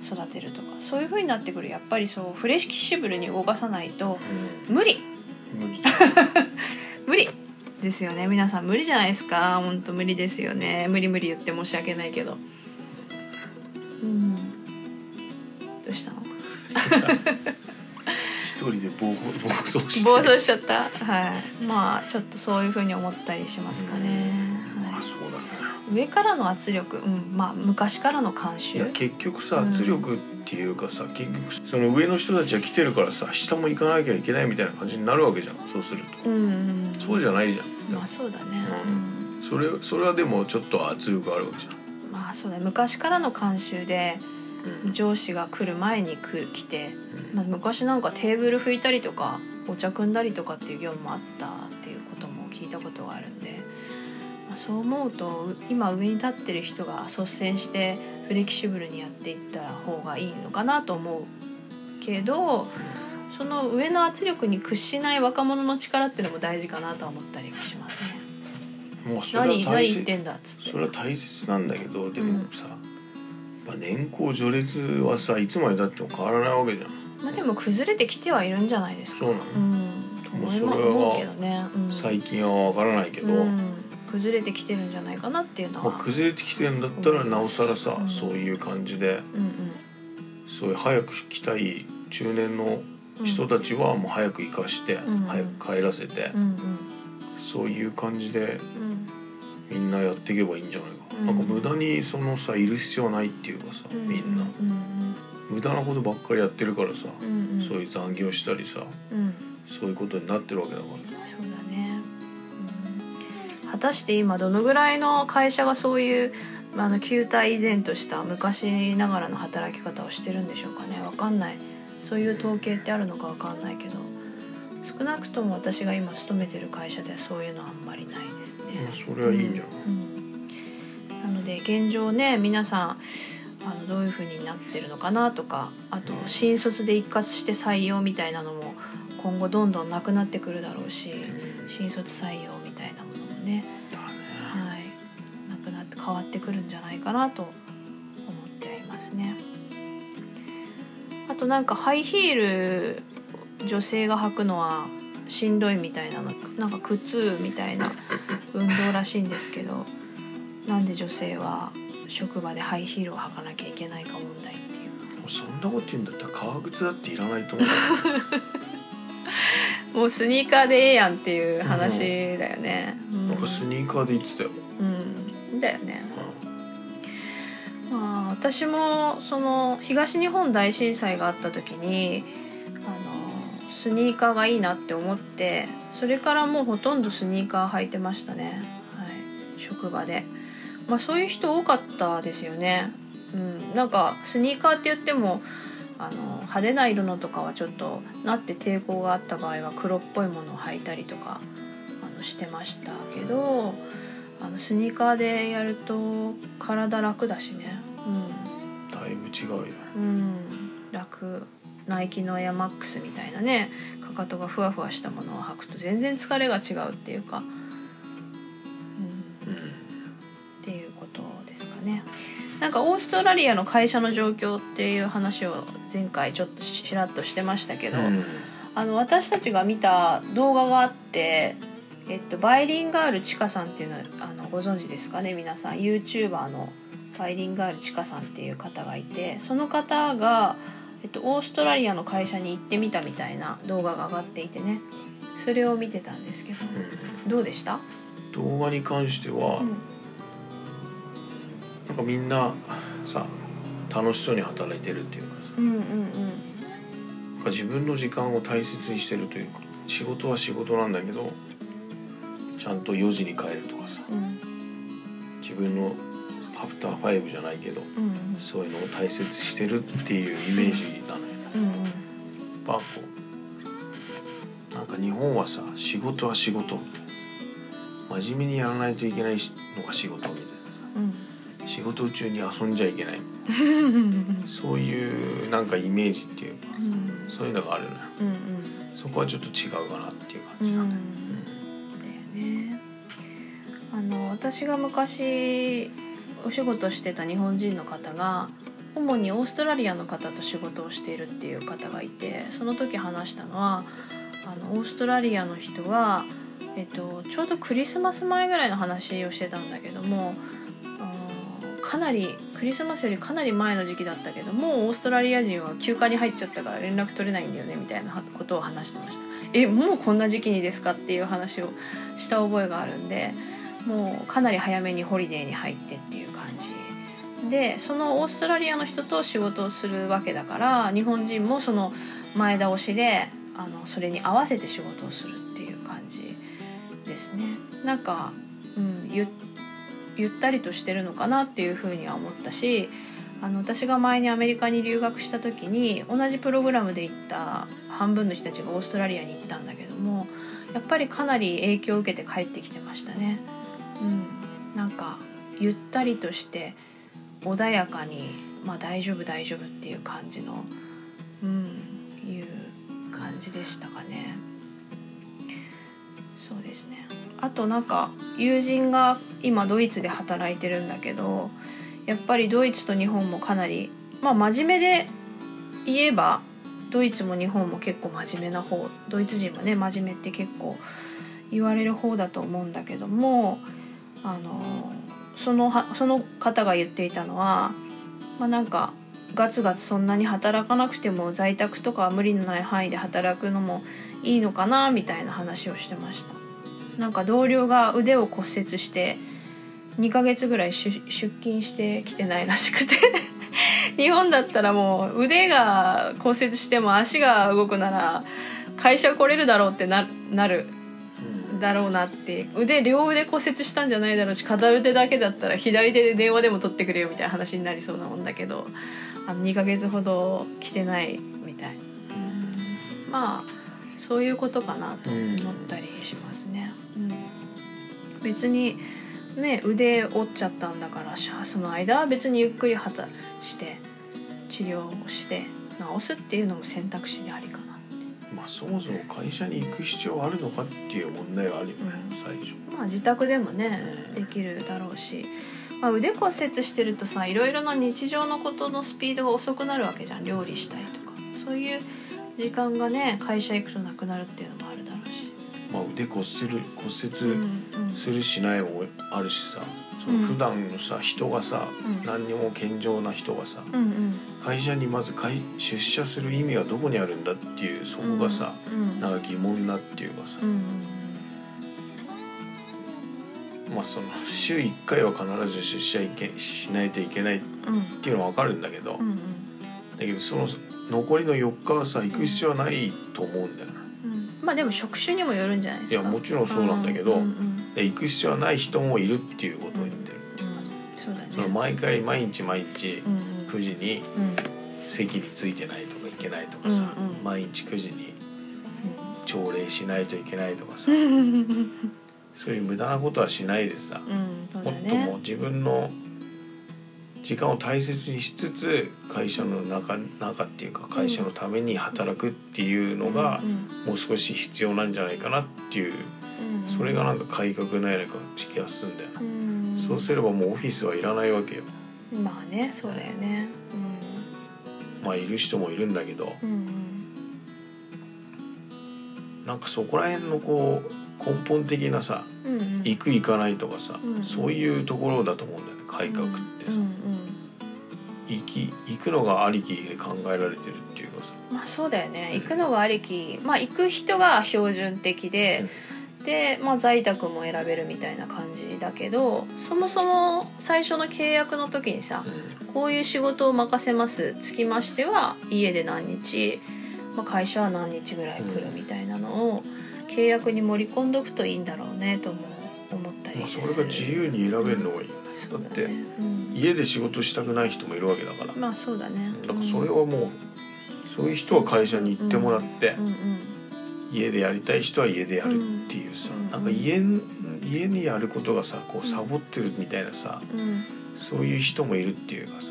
Speaker 1: 育てるとかそういう風になってくるやっぱりそうフレキシブルに動かさないと無理
Speaker 2: うん
Speaker 1: 無
Speaker 2: 無理
Speaker 1: 理ですよね皆さん無理じゃないですか本当無理ですよね無理無理言って申し訳ないけどうんどうしたの
Speaker 2: 一人で暴暴走して
Speaker 1: 暴走しちゃったはいまあちょっとそういう風に思ったりしますかね、
Speaker 2: ま
Speaker 1: は
Speaker 2: あそうだね
Speaker 1: い、上からの圧力、うん、まあ昔からの慣
Speaker 2: い
Speaker 1: 習
Speaker 2: や結局さ
Speaker 1: うん
Speaker 2: 圧力っていうかさ、結局その上の人たちは来てるからさ下も行かなきゃいけないみたいな感じになるわけじゃんそうする
Speaker 1: うんうんうん
Speaker 2: とそうじゃないじゃん、
Speaker 1: まあそうだね、
Speaker 2: う
Speaker 1: うん
Speaker 2: それそれはでもちょっと圧力あるわけじゃん
Speaker 1: まあそうだね昔からの慣習で上司が来る前に来来て、まあ、昔なんかテーブル拭いたりとかお茶汲んだりとかっていう業務もあったっていうことも聞いたことがあるんで、まあ、そう思うとう今上に立ってる人が率先してフレキシブルにやっていった方がいいのかなと思うけどその上の圧力に屈しない若者の力っていうのも大事かなとは思ったりしますね。
Speaker 2: うんまあそれは
Speaker 1: 何
Speaker 2: 大
Speaker 1: 何言って
Speaker 2: 切
Speaker 1: んだっつって
Speaker 2: それは大切なんだけどでもさ、まあ年功序列はさいつまでだっても変わらないわけじゃん
Speaker 1: まあでも崩れてきてはいるんじゃないですか。
Speaker 2: そうなの
Speaker 1: うん、と思いま
Speaker 2: もうそれは
Speaker 1: 思うけどね。うん、
Speaker 2: 最近は分からないけど、
Speaker 1: うん、崩れてきてるんじゃないかなっていうの
Speaker 2: まあ
Speaker 1: は。
Speaker 2: 崩れてきてるんだったらなおさらさ、
Speaker 1: うん
Speaker 2: そういう感じで
Speaker 1: うんうん。
Speaker 2: そういう早く来たい中年の人たちはもう早く行かして、
Speaker 1: ん
Speaker 2: 早く帰らせて、
Speaker 1: うんうん。
Speaker 2: そういう感じで
Speaker 1: うん
Speaker 2: みんなやっていけばいいんじゃないか、
Speaker 1: うん
Speaker 2: なんか無駄にそのさいる必要ないっていうかさ、
Speaker 1: うん
Speaker 2: みんな無駄なことばっかりやってるからさ、
Speaker 1: うんうん
Speaker 2: そういう残業したりさ
Speaker 1: うん
Speaker 2: そういうことになってるわけだか
Speaker 1: そうだね、うん、果たして今どのぐらいの会社がそういうまああの旧態依然とした昔ながらの働き方をしてるんでしょうかねわかんないそういう統計ってあるのかわかんないけど少なくとも私が今勤めてる会社ではそういうのはあんまりないですね
Speaker 2: ら、。まあそれはいいんじゃない、
Speaker 1: うんなので現状ね皆さんあのどういう風になってるのかなとかあと新卒で一括して採用みたいなのも今後どんどんなくなってくるだろうし新卒採用みたいなものもね、
Speaker 2: だね
Speaker 1: はい、なくなって変わってくるんじゃないかなと思っていますね。あとなんかハイヒール女性が履くのはしんどいみたいなのなんか靴みたいな運動らしいんですけどなんで女性は職場でハイヒールを履かなきゃいけないか問題ってい
Speaker 2: そんなこと言うんだったら革靴だっていらない と思う
Speaker 1: うもうスニーカーでええやんっていう話だよね。うん
Speaker 2: なんかスニーカーで言ってたよ、
Speaker 1: うん、だよね。まあ、私もその東日本大震災があった時にあのスニーカーがいいなって思ってそれからもうほとんどスニーカー履いてましたね、はい、職場で、まあ、そういう人多かったですよね、うん、なんかスニーカーって言ってもあの派手な色のとかはちょっとなって抵抗があった場合は黒っぽいものを履いたりとかあのしてましたけどあのスニーカーでやると体楽だしね
Speaker 2: うんだいぶ違うよ
Speaker 1: うん、うん、楽ナイキのエアマックスみたいなねかかとがふわふわしたものを履くと全然疲れが違うっていうか、うん、
Speaker 2: うん
Speaker 1: っていうことですかねなんかオーストラリアの会社の状況っていう話を前回ちょっとしらっとしてましたけど、
Speaker 2: うん
Speaker 1: あの私たちが見た動画があって、えっと、バイリンガールチカさんっていうのあのご存知ですかね皆さん YouTuber のバイリンガールチカさんっていう方がいてその方が、えっと、オーストラリアの会社に行ってみたみたいな動画が上がっていてねそれを見てたんですけどどうでした、
Speaker 2: うん動画に関しては、なんかみんなさ楽しそうに働いてるっていうかさ
Speaker 1: うん、うんうん
Speaker 2: なんか自分の時間を大切にしてるというか仕事は仕事なんだけどちゃんと4時に帰るとかさ
Speaker 1: うんうん
Speaker 2: 自分のアフターファイブじゃないけど
Speaker 1: うん
Speaker 2: そういうのを大切にしてるっていうイメージだね。
Speaker 1: うん
Speaker 2: やっぱこうなんか日本はさ仕事は仕事みたいな真面目にやらないといけないのが仕事みたい
Speaker 1: うん
Speaker 2: な仕事中に遊んじゃい けない
Speaker 1: うんうんうんうん
Speaker 2: そういうなんかイメージっていうか
Speaker 1: うん
Speaker 2: そういうのがあるね
Speaker 1: うん
Speaker 2: そこはちょっと違うかなっていう
Speaker 1: う
Speaker 2: 感じだね。
Speaker 1: んだよねあの私が昔お仕事してた日本人の方が主にオーストラリアの方と仕事をしているっていう方がいてその時話したのはあのオーストラリアの人は、えっと、ちょうどクリスマス前ぐらいの話をしてたんだけどもうんかなりクリスマスよりかなり前の時期だったけどもうオーストラリア人は休暇に入っちゃったから連絡取れないんだよねみたいなことを話してました。えもうこんな時期にですかっていう話をした覚えがあるんでもうかなり早めにホリデーに入ってっていう感じでそのオーストラリアの人と仕事をするわけだから日本人もその前倒しであのそれに合わせて仕事をするっていう感じですね。なんか、うん、ゆゆったりとしてるのかなっていうふうには思ったしあの私が前にアメリカに留学した時に同じプログラムで行った半分の人たちがオーストラリアに行ったんだけどもやっぱりかなり影響を受けて帰ってきてましたね。うん、なんかゆったりとして穏やかに、まあ、大丈夫大丈夫っていう感じの、うん、いう感じでしたかね。そうですねあとなんか友人が今ドイツで働いてるんだけどやっぱりドイツと日本もかなりまあ真面目で言えばドイツも日本も結構真面目な方ドイツ人はね真面目って結構言われる方だと思うんだけどもあのそのはその方が言っていたのは、まあ、なんかガツガツそんなに働かなくても在宅とか無理のない範囲で働くのもいいのかなみたいな話をしてました。なんか同僚が腕を骨折して2ヶ月ぐらい出出勤してきてないらしくて 日本だったらもう腕が骨折しても足が動くなら会社来れるだろうってななるだろうなって腕両腕骨折したんじゃないだろうし片腕だけだったら左手で電話でも取ってくれよみたいな話になりそうなもんだけどあの2ヶ月ほど来てないみたいまあそういうことかなと思ったりしますね。うん別にね腕折っちゃったんだからしゃその間は別にゆっくりはたして治療をして治すっていうのも選択肢にありかな
Speaker 2: まあそもそも会社に行く必要あるのかっていう問題はあるよね、
Speaker 1: うん
Speaker 2: 最初。
Speaker 1: まあ自宅でもね
Speaker 2: うん
Speaker 1: できるだろうし、まあ、腕骨折してるとさいろいろな日常のことのスピードが遅くなるわけじゃん料理したりとかそういう時間がね会社行くとなくなるっていうのもあるだろうし。
Speaker 2: まあ腕骨折
Speaker 1: うん
Speaker 2: 骨
Speaker 1: う
Speaker 2: 折
Speaker 1: ん
Speaker 2: するしないもあるしさ、そ
Speaker 1: うん
Speaker 2: の普段のさ人がさ、
Speaker 1: うん
Speaker 2: 何にも健常な人がさ、
Speaker 1: うんうん
Speaker 2: 会社にまず会出社する意味はどこにあるんだっていうそこがさ、
Speaker 1: うん
Speaker 2: なんか疑問なっていうかさ
Speaker 1: う、ん
Speaker 2: まあその週1回は必ず出社いけしないといけないっ
Speaker 1: うんうん
Speaker 2: ていうのは分かるんだけど、
Speaker 1: うん
Speaker 2: だけどその残りの4日はさ行く必要はないと思うんだよな。
Speaker 1: うんまあでも職種にもよるんじゃないで
Speaker 2: い
Speaker 1: す
Speaker 2: や
Speaker 1: か
Speaker 2: もちろんそうなんだけど、
Speaker 1: うんうん
Speaker 2: で行く必要はない人もいるっていうことを言ってる、
Speaker 1: そうだね
Speaker 2: その毎回毎日毎日
Speaker 1: うんうん
Speaker 2: 9時に
Speaker 1: うん
Speaker 2: 席についてないとかいけないとかさ、
Speaker 1: うんうん
Speaker 2: 毎日9時に朝礼しないといけないとか さ、
Speaker 1: うん
Speaker 2: そういう無駄なことはしないでさ、
Speaker 1: うんそう
Speaker 2: も
Speaker 1: だ
Speaker 2: っと
Speaker 1: ね
Speaker 2: もう自分の時間を大切にしつつ会社の中中っていうか会社のために働くっていうのが
Speaker 1: うん
Speaker 2: もう少し必要なんじゃないかなっていう
Speaker 1: うん
Speaker 2: それがなんか改革のような気がするんだよな。
Speaker 1: うん
Speaker 2: そうすればもうオフィスはいらないわけよ。
Speaker 1: まあねそうだよね
Speaker 2: まあいる人もいるんだけど、
Speaker 1: うんうん
Speaker 2: なんかそこら辺のこう根本的なさ、
Speaker 1: うんうんうん
Speaker 2: 行く行かないとかさ、
Speaker 1: うん
Speaker 2: そういうところだと思うんだよね。改革ってさ、
Speaker 1: うんうん
Speaker 2: 行き行くのがありきで考えられてるっていうかさ、
Speaker 1: まあそうだよね行くのがありきまあ行く人が標準的で、で、まあ、在宅も選べるみたいな感じだけどそもそも最初の契約の時にさこういう仕事を任せますつきましては家で何日、まあ、会社は何日ぐらい来るみたいなのを契約に盛り込んどくといいんだろうねとも思った
Speaker 2: ま
Speaker 1: り
Speaker 2: あ
Speaker 1: す
Speaker 2: そ
Speaker 1: る
Speaker 2: れが自由に選べるのがいいよね。
Speaker 1: そう
Speaker 2: だっ
Speaker 1: ね
Speaker 2: て
Speaker 1: うん
Speaker 2: 家で仕事したくない人もいるわけだから、
Speaker 1: まあそうだね。
Speaker 2: だからそれはもうそういう人は会社に行ってもらって
Speaker 1: う、んうん
Speaker 2: 家でやりたい人は家でやるっていうさ、
Speaker 1: うん
Speaker 2: なんか家家にやることがさこうサボってるみたいなさ、
Speaker 1: うん。
Speaker 2: そういう人もいるっていうかさ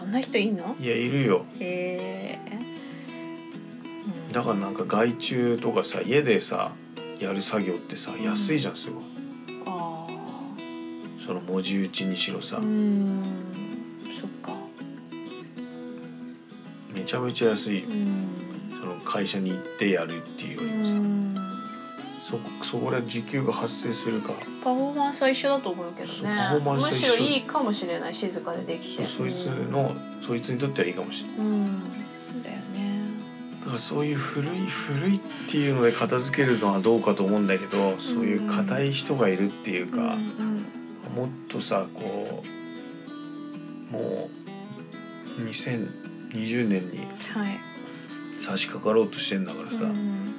Speaker 1: そんな人いんの？
Speaker 2: いやいるよ
Speaker 1: ええうん
Speaker 2: だからなんか外注とかさ家でさやる作業ってさ
Speaker 1: ん
Speaker 2: 安いじゃんすごい
Speaker 1: あ
Speaker 2: その文字打ちにしろ
Speaker 1: あ。
Speaker 2: さ、
Speaker 1: うん。そっか。
Speaker 2: めちゃめちゃ安いよ
Speaker 1: うん。
Speaker 2: その会社に行ってやるっていうよりも
Speaker 1: う
Speaker 2: さ、
Speaker 1: ん。
Speaker 2: そこそこで時給が発生するから
Speaker 1: パフォーマンスは一緒だと思うけど
Speaker 2: そう
Speaker 1: ね
Speaker 2: パフォーマンスは
Speaker 1: む
Speaker 2: 一
Speaker 1: しろ
Speaker 2: 緒
Speaker 1: いいかもしれない静かででき
Speaker 2: そ
Speaker 1: て
Speaker 2: そいつのそいつにとってはいいかもしれない
Speaker 1: うん、うん、そうだよね
Speaker 2: だからそういう古い古いっていうので片付けるのはどうかと思うんだけどそういう硬い人がいるっていうか、
Speaker 1: う
Speaker 2: もっとさこうもう2020年
Speaker 1: ん、
Speaker 2: に
Speaker 1: はい
Speaker 2: 差し掛かろうとしてんだからさ、
Speaker 1: うん
Speaker 2: も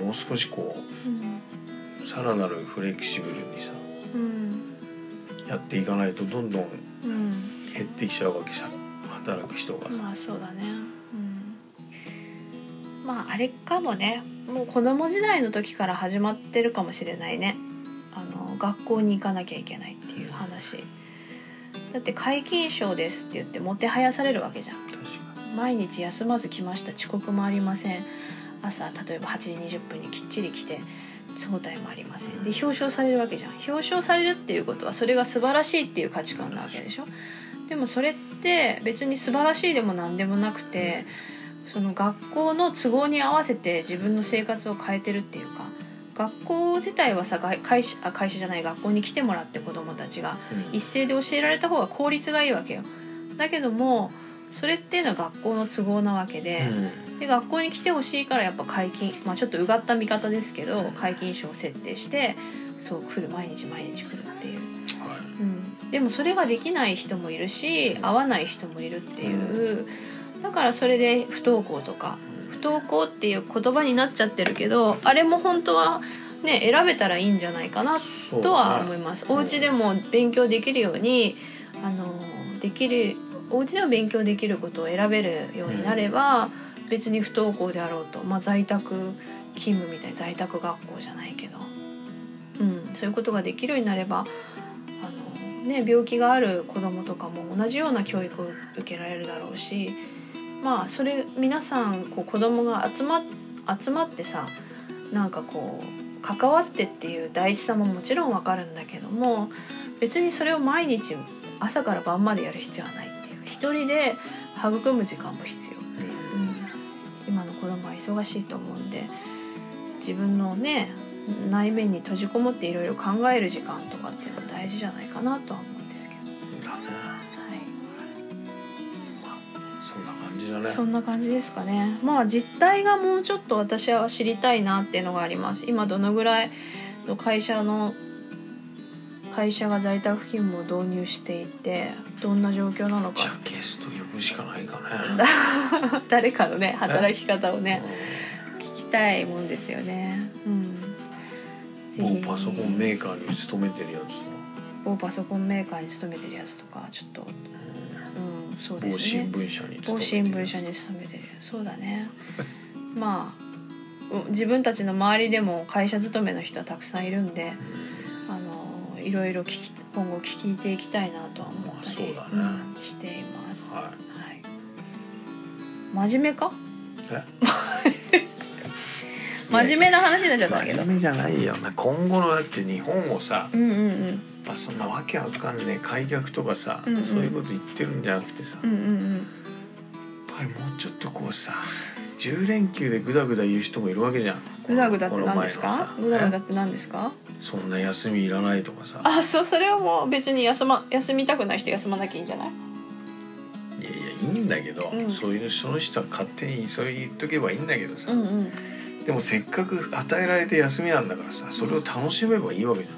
Speaker 2: うもう少しこうさらなるフレキシブルにさ
Speaker 1: うん
Speaker 2: やっていかないとどんどん
Speaker 1: うん
Speaker 2: 減ってきちゃうわけじゃん働く人が。
Speaker 1: まあそうだね、うん、まああれかもねもう子供時代の時から始まってるかもしれないねあの学校に行かなきゃいけないっていう話だって皆勤賞ですって言ってもてはやされるわけじゃん
Speaker 2: 確か
Speaker 1: 毎日休まず来ました遅刻もありません朝例えば8時20分にきっちり来て早退もありませんで表彰されるわけじゃん表彰されるっていうことはそれが素晴らしいっていう価値観なわけでしょでもそれって別に素晴らしいでも何でもなくてその学校の都合に合わせて自分の生活を変えてるっていうか学校自体はさがい会社あ会社じゃない学校に来てもらって子どもたちが
Speaker 2: にうん
Speaker 1: 一斉で教えられた方が効率がいいわけよだけどもそれっていうのは学校の都合なわけで,、で学校に来てほしいからやっぱ解禁、まあ、ちょっとうがった見方ですけど解禁賞を設定してそう来る毎日毎日来るっていう、
Speaker 2: はい
Speaker 1: うん、でもそれができない人もいるし会わない人もいるっていうだからそれで不登校とか不登校っていう言葉になっちゃってるけどあれも本当はね選べたらいいんじゃないかな
Speaker 2: そう
Speaker 1: とは思い
Speaker 2: ね
Speaker 1: ます。お家でも勉強できるようにあのできるお家でも勉強できることを選べるようになれば、別に不登校であろうと、まあ、在宅勤務みたいな在宅学校じゃないけど、うん、そういうことができるようになればあの、ね、病気がある子どもとかも同じような教育を受けられるだろうし、まあ、それ皆さんこう子どもが集ま集まってさなんかこう関わってっていう大事さももちろんわかるんだけども別にそれを毎日朝から晩までやる必要はないっていう一人で育む時間も必要、今の子供は忙しいと思うんで自分のね内面に閉じこもっていろいろ考える時間とかっていうのは大事じゃないかなとは思うんですけど、
Speaker 2: だね
Speaker 1: は
Speaker 2: そんな感じだね
Speaker 1: い、そんな感じですかねまあ実態がもうちょっと私は知りたいなっていうのがあります今どのぐらいの会社の会社が在宅勤務を導入していてどんな状況なの
Speaker 2: じゃ
Speaker 1: か
Speaker 2: あゲスト呼ぶしかないか
Speaker 1: だ
Speaker 2: ね
Speaker 1: 誰かのね働き方をね聞きたいもんですよね。う、
Speaker 2: うんん
Speaker 1: ぜひ
Speaker 2: 某パソコンメーカーに勤めてるやつと
Speaker 1: 某パソコンメーカーに勤めてるやつとかちょっと、うん、そうで
Speaker 2: 某
Speaker 1: す
Speaker 2: 新
Speaker 1: ね
Speaker 2: 聞社に勤
Speaker 1: 某
Speaker 2: めて
Speaker 1: 新
Speaker 2: る
Speaker 1: 聞社に勤めてるそうだね まあう自分たちの周りでも会社勤めの人はたくさんいるんであのいろいろ聞き今後聞いていきたいなとは思ったり、
Speaker 2: まあそうだね
Speaker 1: うんしています。
Speaker 2: は
Speaker 1: はい、真面目か
Speaker 2: い
Speaker 1: 真面目な話になっちゃったけ
Speaker 2: 真
Speaker 1: ど。
Speaker 2: 面目じゃないよな今後のだって日本をさ
Speaker 1: うんうんうん
Speaker 2: やっぱそんなわけわかんねえ開脚とかさ、
Speaker 1: うんうん
Speaker 2: そういうこと言ってるんじゃなくてさ、
Speaker 1: う
Speaker 2: やっ
Speaker 1: んうん
Speaker 2: ぱりもうちょっとこうさ10連休でグダグダ言う人もいるわけじゃん
Speaker 1: うん。グダグダって何です
Speaker 2: この前
Speaker 1: か
Speaker 2: の？さ
Speaker 1: グダグダ
Speaker 2: え
Speaker 1: って何ですか？
Speaker 2: そんな休みいらないとかさ
Speaker 1: あ、そうそれはもう別に休ま休みたくない人休まなきゃいいんじゃない？
Speaker 2: いやいやいいんだけど、
Speaker 1: うん
Speaker 2: そういうその人は勝手にそう言っとけばいいんだけどさ、
Speaker 1: うんうん。
Speaker 2: でもせっかく与えられて休みなんだからさそれを楽しめばいいわけじ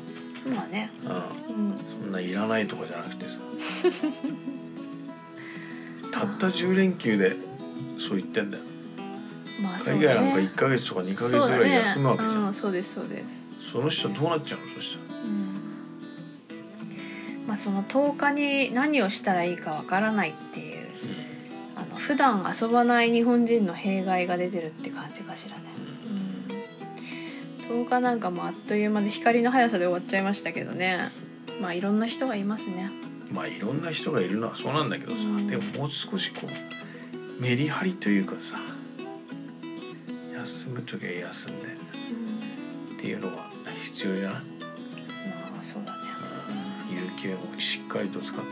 Speaker 1: まあね。
Speaker 2: ゃん、うん、
Speaker 1: うん
Speaker 2: そんないらないとかじゃなく てさたった10連休でそう言ってんだよ
Speaker 1: まあそう
Speaker 2: 海
Speaker 1: ね。
Speaker 2: 外なんか1ヶ月とか2ヶ月
Speaker 1: そうだ
Speaker 2: ぐらい
Speaker 1: ね
Speaker 2: 休むわけじゃんそ,、
Speaker 1: うん、そうですそうです。
Speaker 2: の人どうなっちゃうのそしたら
Speaker 1: うん。まあその10日に何をしたらいいかわからないっていうあの普段遊ばない日本人の弊害が出てるって感じかしらね。うん10日なんかもあっという間で光の速さで終わっちゃいましたけどねまあいろんな人がいますね
Speaker 2: まあいろんな人がいるのはそうなんだけどさ、
Speaker 1: うん
Speaker 2: でももう少しこうメリハリというかさ休む時は休んでっていうのは必要じゃない
Speaker 1: まあそうだね、
Speaker 2: 有給をしっかりと使って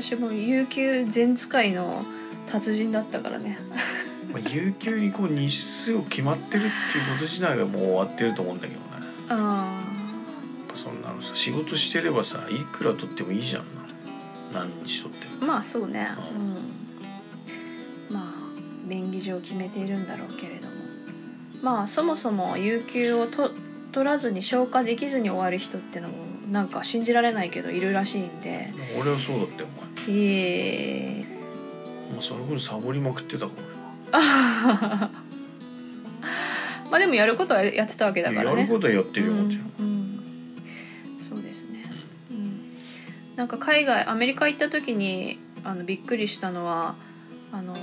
Speaker 1: 私も有給全使いの達人だったからね
Speaker 2: まあ、有給にこう日数を決まってるっていうこと自体がもう終わってると思うんだけどね
Speaker 1: あ
Speaker 2: やっぱそんなのさ仕事してればさいくら取ってもいいじゃんな何日取っても
Speaker 1: あまあそうねうんまあ便宜上決めているんだろうけれどもまあそもそも有給をと取らずに消化できずに終わる人ってのもなんか信じられないけどいるらしいんで
Speaker 2: 俺はそうだってお前
Speaker 1: ええ
Speaker 2: もうその分サボりまくってたか
Speaker 1: まあでもやることはやってたわけ
Speaker 2: ら
Speaker 1: だ
Speaker 2: 俺
Speaker 1: から
Speaker 2: は
Speaker 1: ね
Speaker 2: やることはやってるよもちろん、
Speaker 1: うんうんそうですね、うん、なんか海外アメリカ行った時にあのびっくりしたのはあの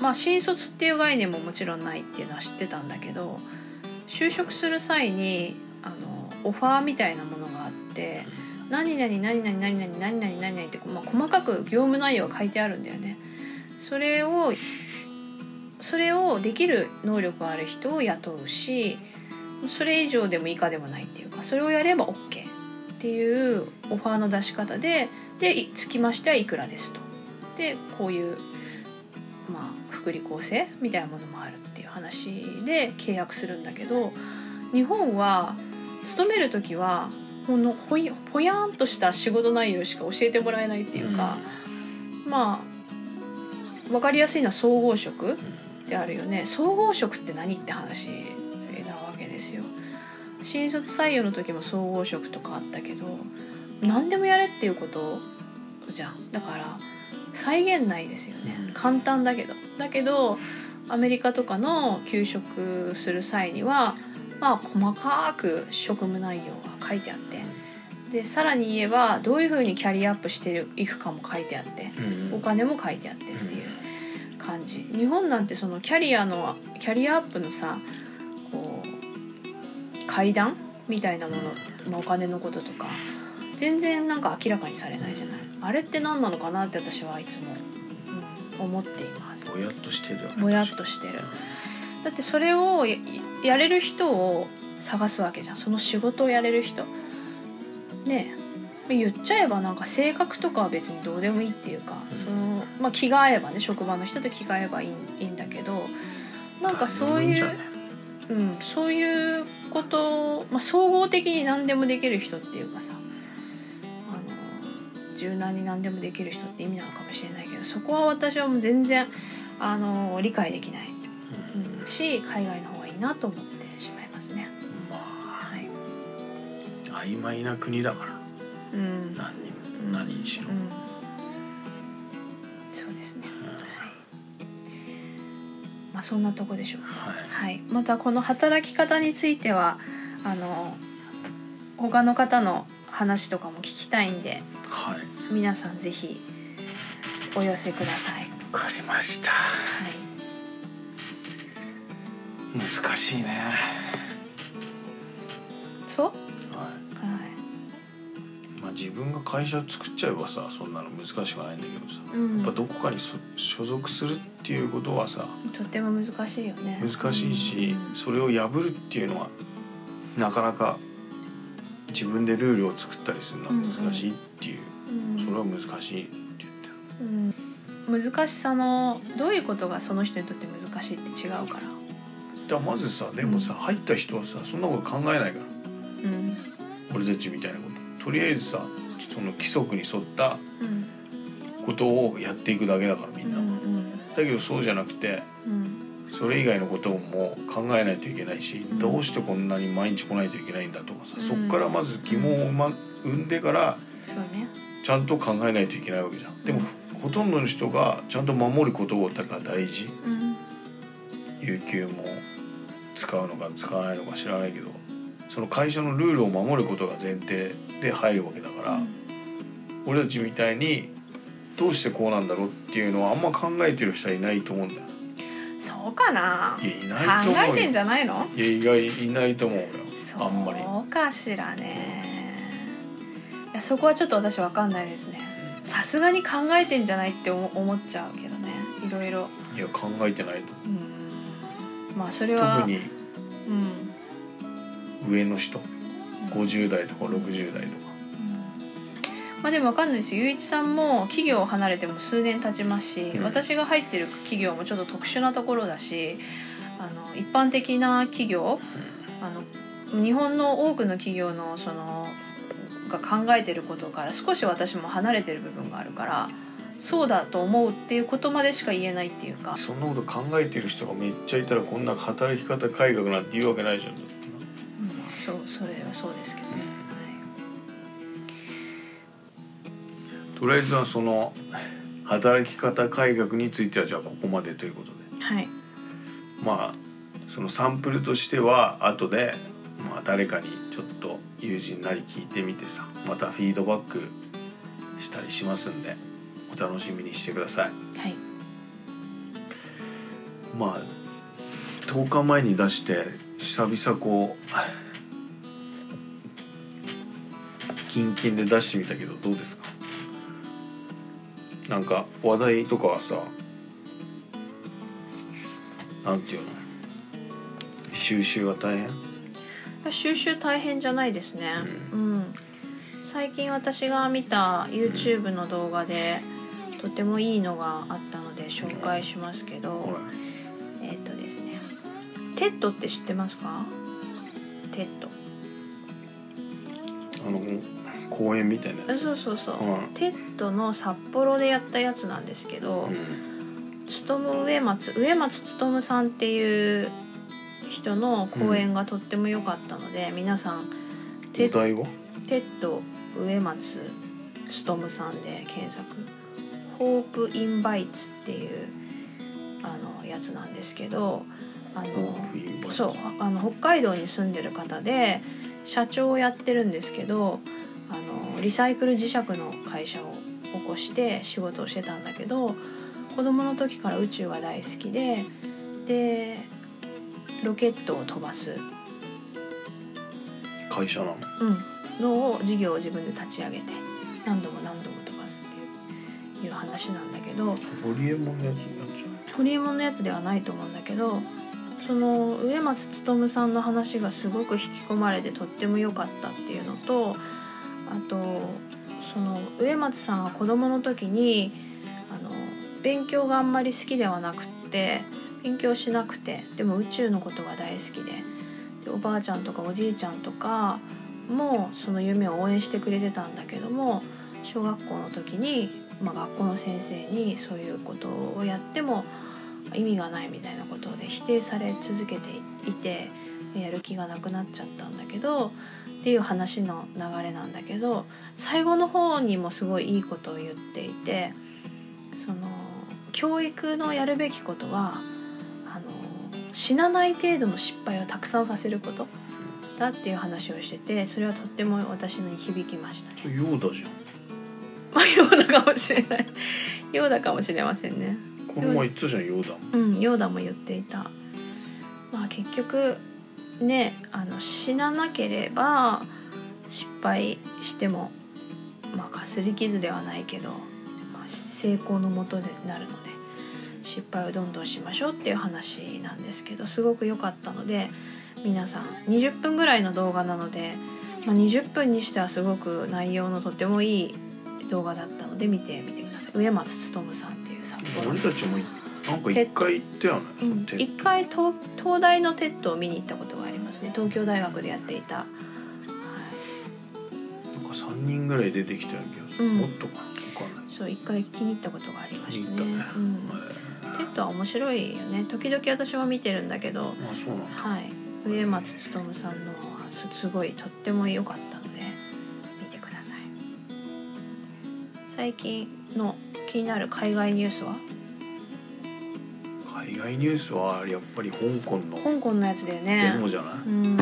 Speaker 1: まあ新卒っていう概念ももちろんないっていうのは知ってたんだけど就職する際にあのオファーみたいなものがあって何々何々何々何々何々って、まあ、細かく業務内容が書いてあるんだよね。それをそれをできる能力ある人を雇うしそれ以上でも以下でもないっていうかそれをやれば OK っていうオファーの出し方ででいつきましてはいくらですとでこういう、まあ、福利厚生みたいなものもあるっていう話で契約するんだけど日本は勤める時はほんのほいほやーんとした仕事内容しか教えてもらえないっていうか。まあ分かりやすいのは総合色であるよね総合色って何って話なわけですよ新卒採用の時も総合職とかあったけど何でもやれっていうことじゃんだから再現ないですよね
Speaker 2: うん
Speaker 1: 簡単だけどだけどアメリカとかの給食する際にはまあ細かく職務内容が書いてあってでさらに言えばどういうふうにキャリアアップしていくかも書いてあって
Speaker 2: うん
Speaker 1: お金も書いてあってっていう感じ日本なんてそのキャリアのキャリアアップのさこう階段みたいなもの、まあ、お金のこととか全然なんか明らかにされないじゃないあれって何なのかなって私はいつも、うん、思っています
Speaker 2: ぼやっとしてるよね
Speaker 1: ぼやっとしてるだってそれをややれる人を探すわけじゃんその仕事をやれる人ねえ言っちゃえばなんか性格とかは別にどうでもいいっていうか、そのまあ、気が合えばね職場の人と気が合えばいいいいんだけどなんかそういう
Speaker 2: 大変なんじゃ
Speaker 1: うん、そういうことを、まあ、総合的に何でもできる人っていうかさあの柔軟に何でもできる人って意味なのかもしれないけどそこは私はもう全然あの理解できない、うん、し海外の方がいいなと思ってしまいますね。
Speaker 2: ま
Speaker 1: はい
Speaker 2: あ曖昧な国だから
Speaker 1: うんうん、そう
Speaker 2: 何に何にしろ、
Speaker 1: ですね、はいまあ、そんなとこでしょうか
Speaker 2: はい
Speaker 1: はい、またこの働き方についてはあの他の方の話とかも聞きたいんで
Speaker 2: はい
Speaker 1: 皆さんぜひお寄せください。
Speaker 2: わかりました
Speaker 1: は
Speaker 2: 難しいね
Speaker 1: い、そう、は
Speaker 2: はい
Speaker 1: い、
Speaker 2: まあ、自分が会社を作っちゃえばさそんなの難しくないんだけどさ、
Speaker 1: うん
Speaker 2: やっぱどこかにそ所属するっていうことはさ
Speaker 1: とても難しいよね。
Speaker 2: 難しいし
Speaker 1: うん
Speaker 2: それを破るっていうのはなかなか自分でルールを作ったりするのは難しいっていう、それは難しいって言ってる
Speaker 1: うん、うん、難しさのどういうことがその人にとって難しいって違うから。
Speaker 2: だからまずさでもさ入った人はさそんなこと考えないから
Speaker 1: うん、
Speaker 2: 俺たちみたいなこととりあえずさその規則に沿った
Speaker 1: うん、
Speaker 2: ことをやっていくだけだからみんな、
Speaker 1: う
Speaker 2: だ
Speaker 1: ん、うん、
Speaker 2: けどそうじゃなくて
Speaker 1: うん、
Speaker 2: それ以外のことも考えないといけないし、
Speaker 1: ん
Speaker 2: どうしてこんなに毎日来ないといけないんだとかさ、
Speaker 1: うん
Speaker 2: そこからまず疑問を、ま、生んでから
Speaker 1: そうね。
Speaker 2: ちゃんと考えないといけないわけじゃん。でも、
Speaker 1: うん
Speaker 2: ほとんどの人がちゃんと守ることだから大事
Speaker 1: うん、
Speaker 2: 有給も使うのか使わないのか知らないけどその会社のルールを守ることが前提で入るわけだから、俺たちみたいにどうしてこうなんだろうっていうのはあんま考えてる人はいないと思うんだよ。
Speaker 1: そうかな。
Speaker 2: いやいないと
Speaker 1: 考
Speaker 2: 思うよ
Speaker 1: えてんじゃないの？
Speaker 2: いや意外いないと思うよあんまり。
Speaker 1: そうかしらねいやそこはちょっと私わかんないですねさすがに考えてんじゃないって思思っちゃうけどねいろいろ
Speaker 2: いや考えてないと
Speaker 1: うんまあそれは
Speaker 2: 特に
Speaker 1: うんうん
Speaker 2: 上の人50代とか60代とか
Speaker 1: まあでもわかんないですよゆういちさんも企業を離れても数年経ちますし、
Speaker 2: うん
Speaker 1: 私が入ってる企業もちょっと特殊なところだしあの一般的な企業あの日本の多くの企業のそのが考えてることから少し私も離れてる部分があるからそうだと思うっていうことまでしか言えないっていうか
Speaker 2: そんなこと考えてる人がめっちゃいたらこんな働き方改革なんて言うわけないじゃんだって
Speaker 1: うんそうそれはそうですけどね。
Speaker 2: なとりあえずはその働き方改革についてはじゃあここまでということで
Speaker 1: はい、はい
Speaker 2: まあそのサンプルとしては後でまあ誰かにちょっと友人なり聞いてみてさまたフィードバックしたりしますんでお楽しみにしてください。
Speaker 1: はい
Speaker 2: まあ10日前に出して久々こうキンキンで出してみたけどどうですかなんか話題とかはさなんていうの収集が大変
Speaker 1: 収集大変じゃないですね、うん最近私が見た YouTube の動画で、とてもいいのがあったので紹介しますけど、
Speaker 2: ほら
Speaker 1: えっ、とですねテッドって知ってますかテッド
Speaker 2: あの公園みたいなやつ
Speaker 1: そうそうそう、
Speaker 2: うん
Speaker 1: テッドの札幌でやったやつなんですけど、
Speaker 2: うん
Speaker 1: 勤上松上松勤さんっていう人の講演がとっても良かったので、皆さんテ
Speaker 2: お題は
Speaker 1: テッド上松勉さんで検索「ホープ・イン・バイツ」っていうあのやつなんですけどあ
Speaker 2: オ
Speaker 1: の
Speaker 2: ープンインバイト
Speaker 1: そうあの北海道に住んでる方で社長をやってるんですけどあのリサイクル磁石の会社を起こして仕事をしてたんだけど子供の時から宇宙が大好きででロケットを飛ばす
Speaker 2: 会社なの
Speaker 1: うん、のを事業を自分で立ち上げて何度も何度も飛ばすっていういう話なんだけど
Speaker 2: ホリエモンのやつになっちゃう
Speaker 1: ホリエモンのやつではないと思うんだけどその植松勉さんの話がすごく引き込まれてとっても良かったっていうのとあとその植松さんは子供の時にあの勉強があんまり好きではなくって勉強しなくてでも宇宙のことが大好きででおばあちゃんとかおじいちゃんとかもその夢を応援してくれてたんだけども小学校の時に、まあ、学校の先生にそういうことをやっても意味がないみたいなことで否定され続けていてやる気がなくなっちゃったんだけどっていう話の流れなんだけど最後の方にもすごいいいことを言っていてその教育のやるべきことはあの死なない程度の失敗をたくさんさせることだっていう話をしててそれはとっても私に響きましたね。
Speaker 2: それヨーダじゃん
Speaker 1: まあ、ヨーダかもしれない。ヨーダかもしれませんね。
Speaker 2: この前言ってたじゃんヨーダ
Speaker 1: うん、ヨーダも言っていた。まあ、結局。ね、あの死ななければ。失敗しても。まあ、かすり傷ではないけど。まあ、成功のもとになるので。失敗をどんどんしましょうっていう話なんですけど、すごく良かったので。皆さん20分ぐらいの動画なので、まあ、20分にしてはすごく内容のとてもいい動画だったので見てみてください上松勉さんっていう札幌の
Speaker 2: 俺たちもなんか一回行ったよねそのテレビ
Speaker 1: 一回東東大のテッドを見に行ったことがありますね東京大学でやっていた、は
Speaker 2: なんか3人ぐらい出てきたような気がする、
Speaker 1: うん
Speaker 2: もっとかなわかんない
Speaker 1: い、そう一回気に入ったことがありま
Speaker 2: 見に
Speaker 1: し
Speaker 2: 行
Speaker 1: た
Speaker 2: っ
Speaker 1: ね
Speaker 2: たね、
Speaker 1: うん、
Speaker 2: え
Speaker 1: テッドは面白いよね時々私は見てるんだけど
Speaker 2: ーまあそうなんだ
Speaker 1: はい上松勉さんのはすすごいとっても良かったので見てください最近の気になる海外ニュースは
Speaker 2: 海外ニュースはやっぱり香港の
Speaker 1: 香港のやつだよ
Speaker 2: デ
Speaker 1: ね
Speaker 2: モじゃない、
Speaker 1: うん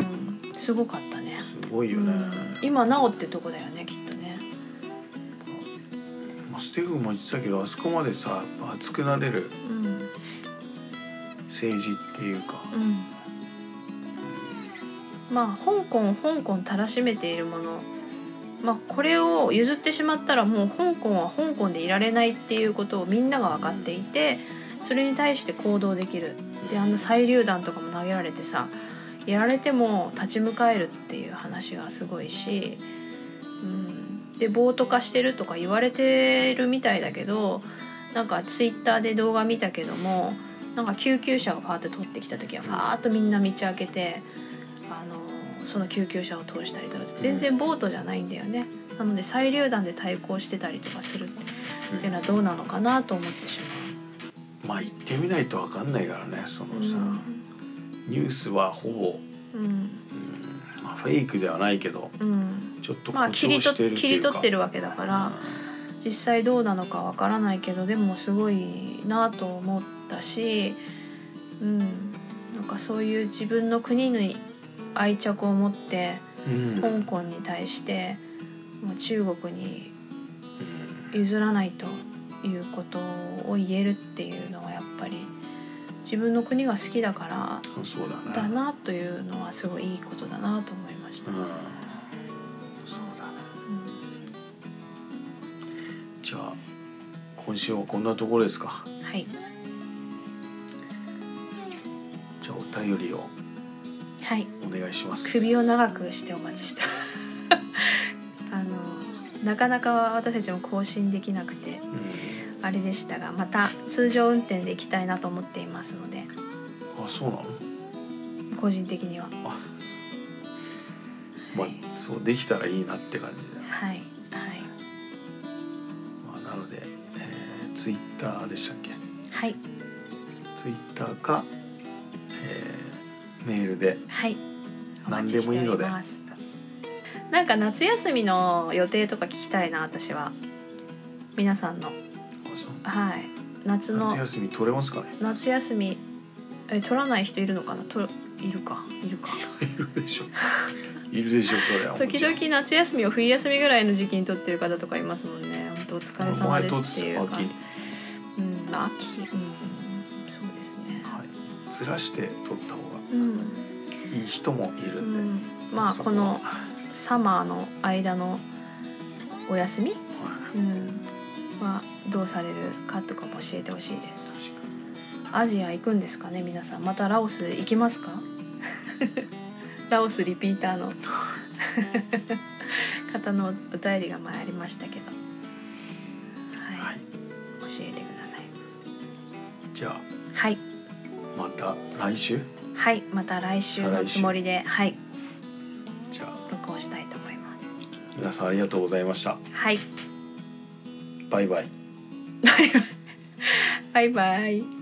Speaker 1: すごかったね
Speaker 2: すごいよね、
Speaker 1: うん今なおってとこだよねきっとね
Speaker 2: まあ、ステフも言ってたけどあそこまでさやっぱ熱くなれる
Speaker 1: うん
Speaker 2: 政治っていうか、
Speaker 1: うんまあ香港香港たらしめているもの、まあ、これを譲ってしまったらもう香港は香港でいられないっていうことをみんなが分かっていてそれに対して行動できるであの催涙弾とかも投げられてさやられても立ち向かえるっていう話がすごいし、うん、で暴徒化してるとか言われてるみたいだけどなんかツイッターで動画見たけどもなんか救急車がパーって通ってきた時はファーっとみんな道開けてあのその救急車を通したりとか全然ボートじゃないんだよねなので催涙弾で対抗してたりとかするっていうのはどうなのかなと思ってし
Speaker 2: まあ行ってみないとわかんないからねそ
Speaker 1: まう
Speaker 2: のさ、ニュースはほぼ、
Speaker 1: うん
Speaker 2: うんまあ、フェイクではないけど
Speaker 1: うん
Speaker 2: ちょっと
Speaker 1: まあ
Speaker 2: 誇
Speaker 1: 切りと
Speaker 2: 張してるって
Speaker 1: 切
Speaker 2: い
Speaker 1: り
Speaker 2: うか、
Speaker 1: 取ってるわけだから実際どうなのかわからないけどでもすごいなと思ったし、うん、なんかそういう自分の国に愛着を持って
Speaker 2: うんうん
Speaker 1: 香港に対してもう中国に譲らないということを言えるっていうのはやっぱり自分の国が好きだか
Speaker 2: うんそうだね
Speaker 1: らだなというのはすごいいいことだなと思いまし
Speaker 2: う
Speaker 1: た。
Speaker 2: ん
Speaker 1: う
Speaker 2: そうんだねじゃあ今週はこんなところですか
Speaker 1: はい、
Speaker 2: じゃあお便りを
Speaker 1: はい
Speaker 2: お願いします
Speaker 1: 首を長くしてお待ちして あのなかなか私たちも更新できなくて
Speaker 2: うん
Speaker 1: あれでしたがまた通常運転で行きたいなと思っていますので
Speaker 2: あそうなの
Speaker 1: 個人的には
Speaker 2: あまあそうできたらいいなって感じで、
Speaker 1: はいはい
Speaker 2: まあ、なので、えー、ツイッターでしたっけ
Speaker 1: はい
Speaker 2: ツイッターか、えーメールで
Speaker 1: はいお
Speaker 2: 何
Speaker 1: 待
Speaker 2: で
Speaker 1: ちし
Speaker 2: もい
Speaker 1: て
Speaker 2: い
Speaker 1: お
Speaker 2: の
Speaker 1: り
Speaker 2: で
Speaker 1: ますなんか夏休みの予定とか聞きたいな私は皆さんのはい夏の
Speaker 2: 夏休み取れますかね
Speaker 1: 夏休みえ取らない人いるのかなといるかいるか
Speaker 2: いるでしょいるでしょそれは
Speaker 1: 時々夏休みを冬休みぐらいの時期に取ってる方とかいますもんね本当お疲れ
Speaker 2: お
Speaker 1: 様
Speaker 2: 前
Speaker 1: で
Speaker 2: とっ
Speaker 1: す
Speaker 2: つ
Speaker 1: って
Speaker 2: って
Speaker 1: い
Speaker 2: た
Speaker 1: う
Speaker 2: 秋
Speaker 1: か
Speaker 2: に、
Speaker 1: うんまあ秋うんそうですね
Speaker 2: はい、ずらして取った方が
Speaker 1: うん
Speaker 2: いい人もいる
Speaker 1: うん
Speaker 2: で、
Speaker 1: んまあ
Speaker 2: そ
Speaker 1: こ
Speaker 2: は
Speaker 1: の
Speaker 2: は
Speaker 1: サマーの間のお休み、うん、はどうされるかとかも教えてほしいです
Speaker 2: い確か
Speaker 1: アジア行くんですかね皆さんまたラオス行きますか ラオスリピーターの 方のお便りが前ありましたけどはい、
Speaker 2: にはい
Speaker 1: 教えてください
Speaker 2: じゃあ
Speaker 1: はい
Speaker 2: また来週
Speaker 1: はいまた来週のつもりではい
Speaker 2: じゃあ
Speaker 1: 録音したいと思います
Speaker 2: 皆さんありがとうございました
Speaker 1: はい
Speaker 2: バイバイ
Speaker 1: バイバイ